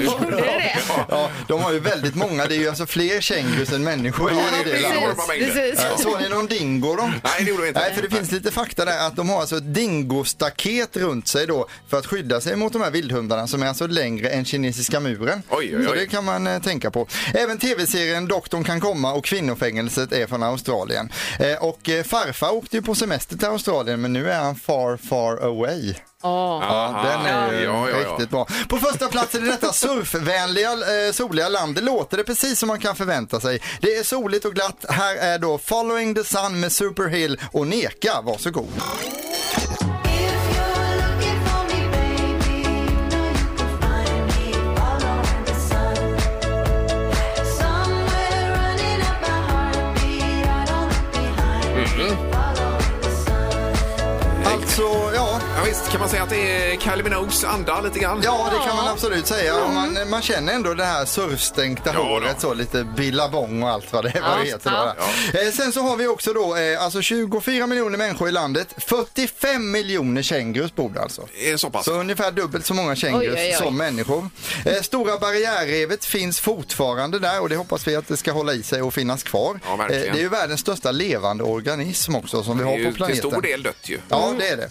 Speaker 5: Gjorde det?
Speaker 6: Ja, de har ju väldigt många, det är ju alltså fler kängurus än människor i
Speaker 4: Ja,
Speaker 6: det
Speaker 4: precis.
Speaker 6: landet.
Speaker 4: Enorma mängder.
Speaker 5: Precis.
Speaker 4: Ja.
Speaker 6: Såg ni någon dingo då?
Speaker 4: Nej, det gjorde vi inte.
Speaker 6: Nej, för det finns lite fakta där att de har alltså ett dingostaket runt sig då för att skydda sig mot de här vildhundarna som är alltså längre än kinesiska muren.
Speaker 4: Oj, oj,
Speaker 6: Så
Speaker 4: oj.
Speaker 6: det kan man eh, tänka på. Även tv-serien Doktorn kan komma och Kvinnofängelset är från Australien. Eh, och eh, farfar åkte ju på semester till Australien men nu är han far, far away.
Speaker 5: Ja.
Speaker 6: Ja, den är ju riktigt bra. På första plats i detta surfvänliga, eh, soliga land. Det låter det precis som man kan förvänta sig. Det är soligt och glatt. Här är då Following the Sun med Superhill och Neka. Varsågod.
Speaker 11: Mm-hmm.
Speaker 6: Alltså, ja.
Speaker 4: Ja, visst, kan man säga att det är Kylie Minogues anda lite grann?
Speaker 6: Ja, Mm. det kan man absolut säga. Och Man, man känner ändå det här surfstänkta
Speaker 4: Ja,
Speaker 6: håret, så lite billabong och allt vad det, vad det heter. Då, Eh, Sen så har vi också då eh, alltså 24 miljoner människor i landet. 45 miljoner kängurus bor det alltså.
Speaker 4: Eh, Så pass.
Speaker 6: Så ungefär dubbelt så många
Speaker 5: Oj, oj, oj.
Speaker 6: kängurus som människor. Eh, Stora barriärrevet finns fortfarande där och det hoppas vi att det ska hålla i sig och finnas kvar.
Speaker 4: Ja, verkligen.
Speaker 6: Eh, det är ju världens största levande organism också som vi
Speaker 4: det är
Speaker 6: har
Speaker 4: ju
Speaker 6: på planeten.
Speaker 4: till stor del dött ju.
Speaker 6: Ja, det är det.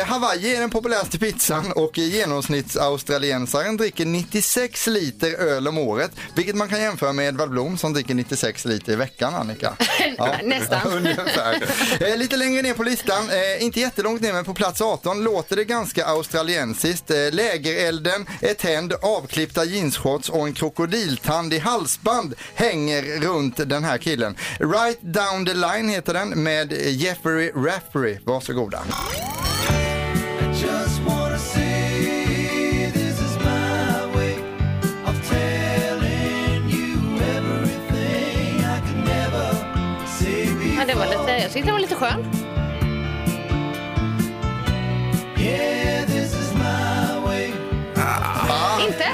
Speaker 6: Eh, Hawaii är den populäraste pizzan och i genomsnitt australiensaren dricker 96 liter öl om året, vilket man kan jämföra med Edvard Blom som dricker 96 liter i veckan, Annika.
Speaker 5: Nästan.
Speaker 6: Ungefär. Eh, lite längre ner på listan, eh, inte jättelångt ner men på plats 18 låter det ganska australiensiskt. Eh, lägerelden är tänd, avklippta jeansshorts och en krokodiltand i halsband hänger runt den här killen. Right down the line heter den med Jeffrey Raffery. Varsågoda.
Speaker 5: Ja, det var lite, jag tyckte det var lite skön.
Speaker 6: Ah,
Speaker 5: Inte?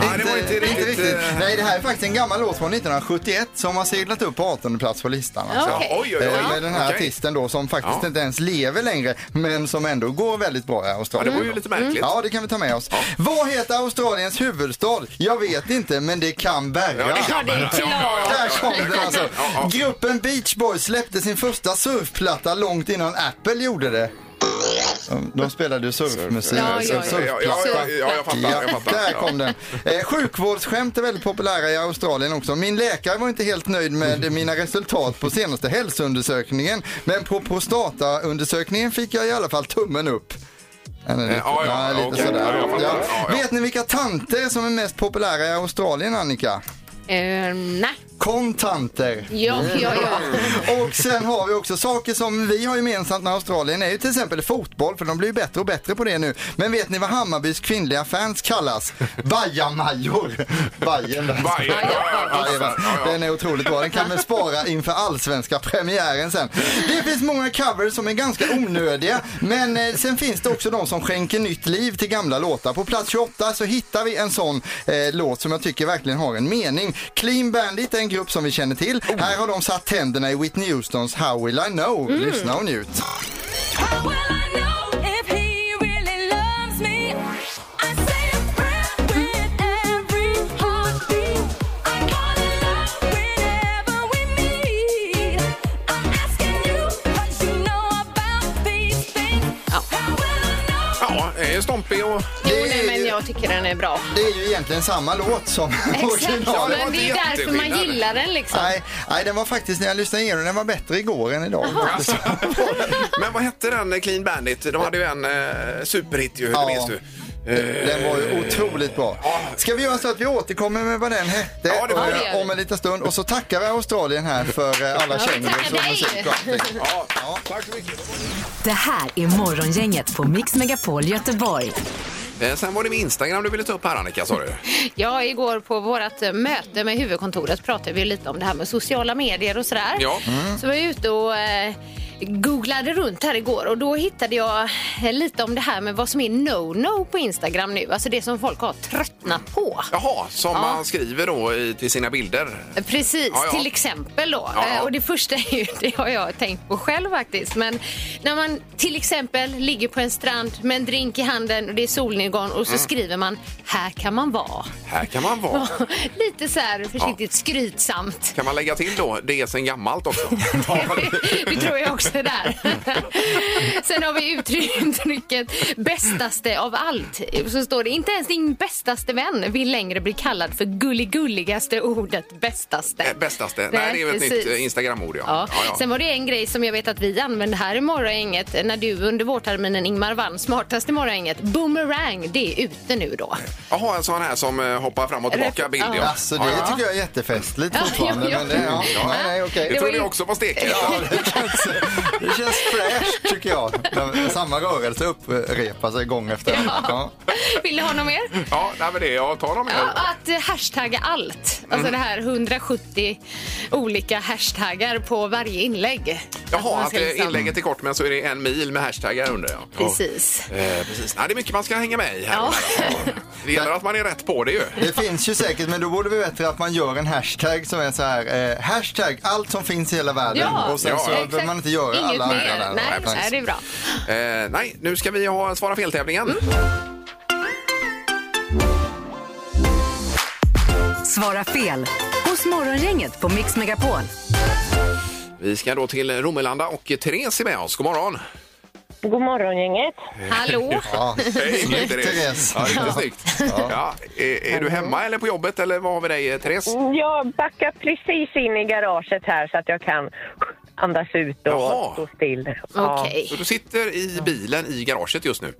Speaker 4: Ja, det
Speaker 6: inte
Speaker 4: var inte riktigt, eh,
Speaker 6: Nej, det här är faktiskt en gammal låt från 1971 som har seglat upp på 18 plats på listan. Alltså.
Speaker 5: Ja, okej.
Speaker 4: Ja, oj, oj, oj.
Speaker 6: Eh, Med den här
Speaker 4: Okej.
Speaker 6: artisten då som faktiskt
Speaker 4: Ja.
Speaker 6: inte ens lever längre men som ändå går väldigt bra i
Speaker 4: Ja,
Speaker 6: Australien.
Speaker 4: det var ju lite märkligt.
Speaker 6: Mm. Ja, det kan vi ta med oss. Vad heter Australiens huvudstad? Jag vet inte, men det kan
Speaker 4: Ja,
Speaker 6: Berra.
Speaker 4: kan man.
Speaker 5: klart.
Speaker 6: Där kom den alltså.
Speaker 4: Ja, ja.
Speaker 6: Gruppen Beach Boys släppte sin första surfplatta långt innan Apple gjorde det. De spelade ju surfmusik.
Speaker 5: Ja, ja, ja.
Speaker 6: surfplatta.
Speaker 4: Ja, ja, ja, ja, jag fattar. Jag
Speaker 6: Ja,
Speaker 4: fattar.
Speaker 6: där
Speaker 4: Ja.
Speaker 6: kom den. Eh, sjukvårdsskämt är väldigt populära i Australien också. Min läkare var inte helt nöjd med mina resultat på senaste hälsoundersökningen. Men på prostataundersökningen fick jag i alla fall tummen upp. Eller lite,
Speaker 4: ja, ja,
Speaker 6: nej, lite
Speaker 4: okej. Ja,
Speaker 6: sådär.
Speaker 4: jag fattar.
Speaker 6: Ja.
Speaker 4: Ja, ja.
Speaker 6: Vet ni vilka tanter som är mest populära i Australien, Annika?
Speaker 5: Eh, nej.
Speaker 6: Kontanter.
Speaker 5: Ja, ja, ja.
Speaker 4: Mm.
Speaker 6: Och sen har vi också saker som vi har gemensamt med Australien är ju till exempel fotboll för de blir ju bättre och bättre på det nu. Men vet ni vad Hammarbys kvinnliga fans kallas? Bajamajor. Bajen där.
Speaker 4: Bajen, ja, ja, ja, ja,
Speaker 6: Jajamän.
Speaker 4: ja, ja.
Speaker 6: Alltså, Den är otroligt bra. Den kan vi spara inför allsvenska premiären sen. Det finns många covers som är ganska onödiga men eh, sen finns det också de som skänker nytt liv till gamla låtar. På plats 28 så hittar vi en sån eh, låt som jag tycker verkligen har en mening. Clean Bandit är en grupp som vi känner till. Här har de satt tänderna i Whitney Houstons How Will I Know.
Speaker 5: Mm.
Speaker 6: Lyssna och njut.
Speaker 4: Ja, det är stompig och...
Speaker 5: Jo, nej, men jag tycker den är bra.
Speaker 6: Det är ju egentligen samma låt som
Speaker 5: Exakt,
Speaker 6: originalet.
Speaker 4: var
Speaker 5: men det är
Speaker 4: inte
Speaker 5: därför man
Speaker 4: jätteskillnad.
Speaker 5: gillar den liksom.
Speaker 6: Nej, nej, den var faktiskt, när jag lyssnade igenom den var bättre igår än idag. faktiskt.
Speaker 4: Men vad hette den, eh, Clean Bandit? De hade ju en eh, superhit ju, det
Speaker 6: Ja.
Speaker 4: minns du. Eh,
Speaker 6: Den var ju otroligt bra.
Speaker 4: Ja.
Speaker 6: Ska vi göra så att vi återkommer med vad den hette
Speaker 4: Ja, det får vi
Speaker 6: eh,
Speaker 5: göra.
Speaker 6: om en liten stund och så tackar vi Australien här för eh, alla kängor
Speaker 5: tackar
Speaker 6: och
Speaker 5: dig.
Speaker 6: musik och allting.
Speaker 4: ja. Tack så mycket.
Speaker 3: Det här är Morgongänget på Mix Megapol Göteborg.
Speaker 4: Eh, Sen var det med Instagram du ville ta upp här Annika, sa du.
Speaker 5: Ja, igår på vårt eh, möte med huvudkontoret pratade vi lite om det här med sociala medier och sådär. Mm.
Speaker 4: Ja.
Speaker 5: Så var jag ute och eh, googlade runt här igår och då hittade jag eh, lite om det här med vad som är no-no på Instagram nu. Alltså det som folk har tröttnat på.
Speaker 4: Jaha, som
Speaker 5: Ja.
Speaker 4: man skriver då i, till sina bilder.
Speaker 5: Precis,
Speaker 4: Ja, ja.
Speaker 5: till exempel då.
Speaker 4: Ja, ja.
Speaker 5: Eh, Och det första är ju, det har jag tänkt på själv faktiskt. Men när man till exempel ligger på en strand med en drink i handen och det är solnedgång och så
Speaker 4: Mm.
Speaker 5: skriver man här kan man vara.
Speaker 4: Här kan man vara.
Speaker 5: Lite så här försiktigt skrytsamt.
Speaker 4: Kan man lägga till då, det är sen gammalt också?
Speaker 5: Det tror jag också är där. Sen har vi uttrycket bästaste av allt. Så står det inte ens din bästaste vän vill längre bli kallad för gulligulligaste ordet bästaste.
Speaker 4: Eh, Bästastaste. Nej, det är väl ett
Speaker 5: precis.
Speaker 4: nytt eh, Instagramord ja.
Speaker 5: Ja.
Speaker 4: Ja, ja.
Speaker 5: Sen var det en grej som jag vet att vi använde här i morgongänget när du under vårterminen Ingmar vann smartast i morgongänget. Boomerang, det är ute nu då.
Speaker 4: Jaha, en sån här som eh, hoppar fram och tillbaka
Speaker 5: Rep-
Speaker 4: bild
Speaker 5: ja.
Speaker 4: ja.
Speaker 6: Alltså det
Speaker 4: ja.
Speaker 6: tycker jag är jättefestligt
Speaker 5: Ja,
Speaker 6: fortfarande.
Speaker 5: ja, ja.
Speaker 6: Men det, ja,
Speaker 4: Ja.
Speaker 6: nej, nej, okej.
Speaker 4: Det
Speaker 5: var
Speaker 4: trodde jag
Speaker 5: ju-
Speaker 4: också var steket.
Speaker 6: Ja, det känns, det känns fräscht tycker jag. När Samma rörelse upprepar sig gång efter annan. Ja.
Speaker 5: Vill du ha något mer?
Speaker 4: Ja, nej, men det, jag tar dem
Speaker 5: Ja,
Speaker 4: här.
Speaker 5: att eh, hashtagga allt. Alltså
Speaker 6: Mm.
Speaker 5: det här 170 olika hashtaggar på varje inlägg. Att man
Speaker 4: Jaha, att
Speaker 5: ska
Speaker 4: eh,
Speaker 5: liksom-
Speaker 4: inlägget är kort men så är det en mil med hashtaggar under. Ja.
Speaker 5: Precis.
Speaker 4: Ja, eh, precis. Nej, det är mycket man ska hänga med i här.
Speaker 5: Ja.
Speaker 4: Det gäller att man är rätt på det ju.
Speaker 6: Det finns ju säkert, men då borde vi bättre att man gör en hashtag som är så här, eh, hashtag allt som finns i hela världen.
Speaker 5: Ja,
Speaker 6: och sen
Speaker 4: ja,
Speaker 6: så
Speaker 4: ja.
Speaker 6: behöver man inte göra
Speaker 5: Inget
Speaker 6: alla
Speaker 5: mer.
Speaker 6: andra där.
Speaker 5: Nej,
Speaker 6: precis.
Speaker 5: nej, det är bra.
Speaker 4: Eh, nej, nu ska vi ha Svara fel-tävlingen.
Speaker 5: Mm.
Speaker 3: Svara fel hos Morgongänget på Mix Megapol.
Speaker 4: Vi ska då till Romelanda och Therese är med oss. God morgon!
Speaker 2: God morgon gänget.
Speaker 5: Hallå?
Speaker 6: Ja.
Speaker 4: Hej,
Speaker 6: Snyggt, Therese.
Speaker 4: Ja, riktigt snyggt. Ja. är, är du hemma eller på jobbet eller vad har vi dig, eh, Therese?
Speaker 2: Jag backar precis in i garaget här så att jag kan andas ut och
Speaker 4: Jaha.
Speaker 2: stå still.
Speaker 5: Okej.
Speaker 4: Så du sitter i bilen i garaget just nu?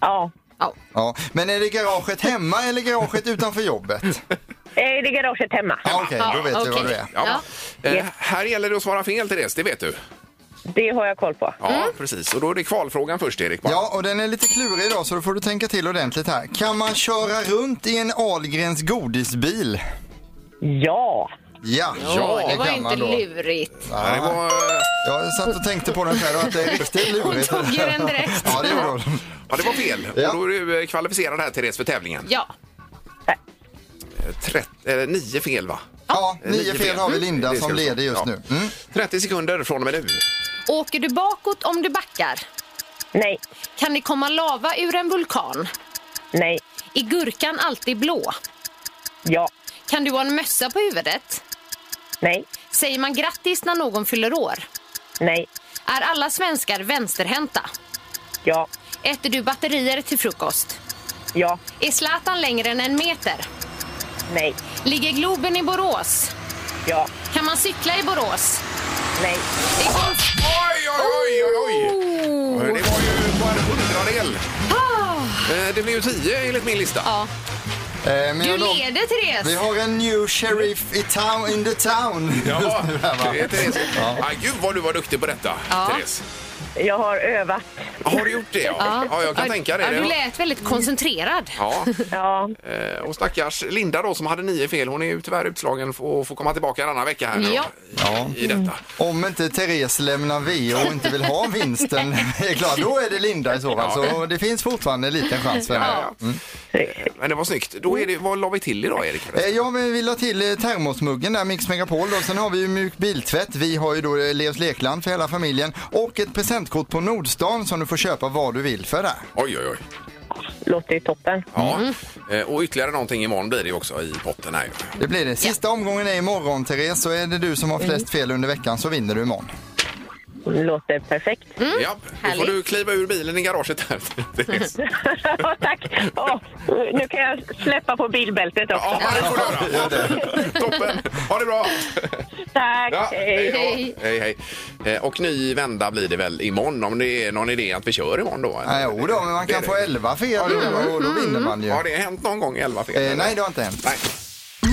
Speaker 2: Ja.
Speaker 5: Ja.
Speaker 6: Ja. Men är det garaget hemma eller garaget utanför jobbet?
Speaker 2: ja. Eh, Det är garaget hemma.
Speaker 6: Ja, Okej, då vet vi
Speaker 5: okej.
Speaker 6: vad det är.
Speaker 4: Ja.
Speaker 5: Ja.
Speaker 4: Eh, här gäller det att svara fel, Therese, det vet du.
Speaker 2: Det har jag koll på.
Speaker 4: Ja,
Speaker 5: Mm.
Speaker 4: precis. Och då är det kvalfrågan först, Erik. bara.
Speaker 6: Ja, och den är lite klurig idag så då får du tänka till ordentligt här. Kan man köra runt i en Ahlgrens godisbil?
Speaker 2: Ja.
Speaker 6: Ja,
Speaker 5: Ja, det var
Speaker 6: kan
Speaker 5: inte
Speaker 6: man då.
Speaker 5: lurigt.
Speaker 4: Ja, Det var, eh,
Speaker 6: Jag satt och tänkte på den själv att det är riktigt lurigt.
Speaker 5: Hon tog ju den direkt.
Speaker 6: Ja, det gjorde hon.
Speaker 4: ja, det var fel.
Speaker 6: Ja.
Speaker 4: Och då är du eh, kvalificerad här, Therese, för tävlingen.
Speaker 5: Ja.
Speaker 4: Trett- eh, nio fel, va?
Speaker 6: Ja, nio fel har vi Linda
Speaker 4: Det ska
Speaker 6: som
Speaker 4: vi-
Speaker 6: leder just
Speaker 4: ja.
Speaker 6: nu. Mm.
Speaker 4: 30 sekunder från och med nu.
Speaker 5: Åker du bakåt om du backar?
Speaker 2: Nej,
Speaker 5: Kan det komma lava ur en vulkan?
Speaker 2: nej,
Speaker 5: Är gurkan alltid blå?
Speaker 2: ja,
Speaker 5: Kan du ha en mössa på huvudet?
Speaker 2: nej,
Speaker 5: Säger man grattis när någon fyller år?
Speaker 2: nej,
Speaker 5: Är alla svenskar vänsterhänta?
Speaker 2: ja,
Speaker 5: Äter du batterier till frukost?
Speaker 2: ja,
Speaker 5: Är Zlatan längre än en meter?
Speaker 2: nej,
Speaker 5: Ligger Globen i Borås?
Speaker 2: ja,
Speaker 5: Kan man cykla i Borås?
Speaker 2: nej.
Speaker 5: Det är konst...
Speaker 4: Oj, oj, oj, oj, oj!
Speaker 5: Oh!
Speaker 4: Det var ju bara en hundradel. Eh, Det blev ju 10 enligt min lista.
Speaker 5: Ja,
Speaker 6: Eh, men
Speaker 5: du
Speaker 6: jag då-
Speaker 5: leder,
Speaker 6: Vi
Speaker 5: Therese.
Speaker 6: har en new sheriff i town, in the town. just
Speaker 4: Ja,
Speaker 6: nu här, va?
Speaker 4: det är Therese. Ah, gud vad du var duktig på detta,
Speaker 5: Ja.
Speaker 4: Therese.
Speaker 2: Jag har övat.
Speaker 4: Har du gjort det? Ja, ja. jag kan
Speaker 5: Ja,
Speaker 4: tänka det.
Speaker 5: ja, Du lät väldigt koncentrerad.
Speaker 4: Ja.
Speaker 2: Ja,
Speaker 4: Eh, Och stackars Linda då som hade nio fel, hon är ju tyvärr utslagen och får komma tillbaka en annan vecka här nu då,
Speaker 5: Ja.
Speaker 6: Ja.
Speaker 4: i detta.
Speaker 6: Om inte Therese lämnar VO och inte vill ha vinsten, är klar, då är det Linda i så fall. Så det finns fortfarande en liten chans för henne.
Speaker 4: Ja. Eh, Men det var snyggt. Då är det, vad la vi till idag Erik?
Speaker 6: Eh, Ja, men vi la till eh, termosmuggen där, Mix Megapol. Och sen har vi ju mjuk biltvätt. Vi har ju då eh, Leos Lekland för hela familjen. Och ett presentkort på Nordstan som du får köpa vad du vill för där.
Speaker 4: Oj, oj, oj.
Speaker 2: låter ju toppen.
Speaker 4: Ja. Eh, Och ytterligare någonting imorgon blir det ju också i potten här. ju.
Speaker 6: Det blir det. Sista omgången är imorgon, Therese. Så är det du som har flest
Speaker 4: Mm.
Speaker 6: fel under veckan så vinner du imorgon.
Speaker 2: Låter perfekt.
Speaker 4: Ja, då får
Speaker 5: härligt.
Speaker 4: du kliva ur bilen i garaget här. Therese.
Speaker 2: Tack! Åh, nu kan jag släppa på bilbältet också.
Speaker 4: Ja, det får du göra. Toppen! Ha det bra!
Speaker 2: Tack!
Speaker 4: Ja,
Speaker 2: Hej.
Speaker 4: då. hej, hej. Eh, Och ny vända blir det väl imorgon om det är någon idé att vi kör imorgon då? eller?
Speaker 6: Nej, Eh, jo då, men man
Speaker 4: Det är
Speaker 6: kan
Speaker 4: det.
Speaker 6: få 11 fel och- och då vinner man ju.
Speaker 4: Har det hänt någon gång 11 fel?
Speaker 6: Eh, nej, det har inte hänt.
Speaker 4: Nej.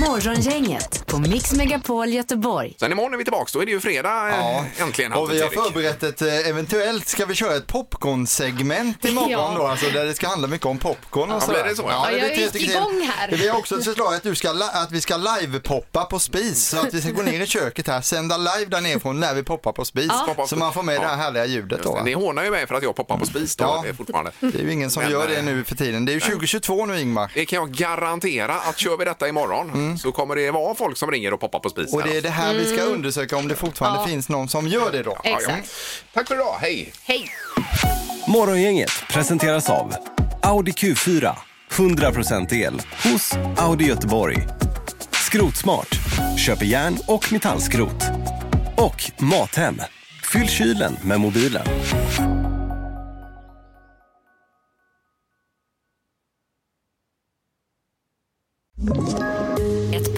Speaker 3: Morgongänget på Mix Megapol Göteborg.
Speaker 4: Sen imorgon är vi tillbaka, då är det ju fredag eh,
Speaker 6: Ja.
Speaker 4: äntligen.
Speaker 6: Och vi har
Speaker 4: Hans Erik.
Speaker 6: förberett ett, eh, eventuellt ska vi köra ett popcornsegment imorgon
Speaker 5: Ja.
Speaker 6: då, alltså där det ska handla mycket om popcorn och
Speaker 4: Ja,
Speaker 6: sådär.
Speaker 4: blir det så? Ja,
Speaker 6: det
Speaker 5: jag
Speaker 6: blir
Speaker 5: gick
Speaker 6: tydligt till.
Speaker 5: igång här.
Speaker 6: Vi har också ett förslag att, du ska, li- att vi ska live-poppa på spis, så att vi ska gå ner i köket här, sända live där nerifrån när vi poppar på spis,
Speaker 4: Ja.
Speaker 6: så man får med det här härliga ljudet
Speaker 4: Just
Speaker 6: då.
Speaker 4: det.
Speaker 6: va?
Speaker 4: Ni hånar ju mig för att jag poppar på spis då
Speaker 6: Ja.
Speaker 4: eh, fortfarande.
Speaker 6: Det är ju ingen som
Speaker 4: Men,
Speaker 6: gör
Speaker 4: eh,
Speaker 6: det nu för tiden. Det är ju 2022 nu Ingmar.
Speaker 4: Det kan jag garantera att kör vi detta imorgon så kommer det vara folk som ringer och poppar på spis.
Speaker 6: Mm. Och
Speaker 4: här
Speaker 6: det är det här vi
Speaker 5: Mm.
Speaker 6: ska undersöka om det fortfarande finns någon som gör det då.
Speaker 4: alltså. Ja, ja.
Speaker 5: Exakt.
Speaker 4: Tack för idag, hej!
Speaker 5: Hej.
Speaker 11: Morgongänget presenteras av Audi Q4. 100% el hos Audi Göteborg. Skrotsmart. Köper järn och metallskrot. Och Mathem. Fyll kylen med mobilen.
Speaker 3: Ett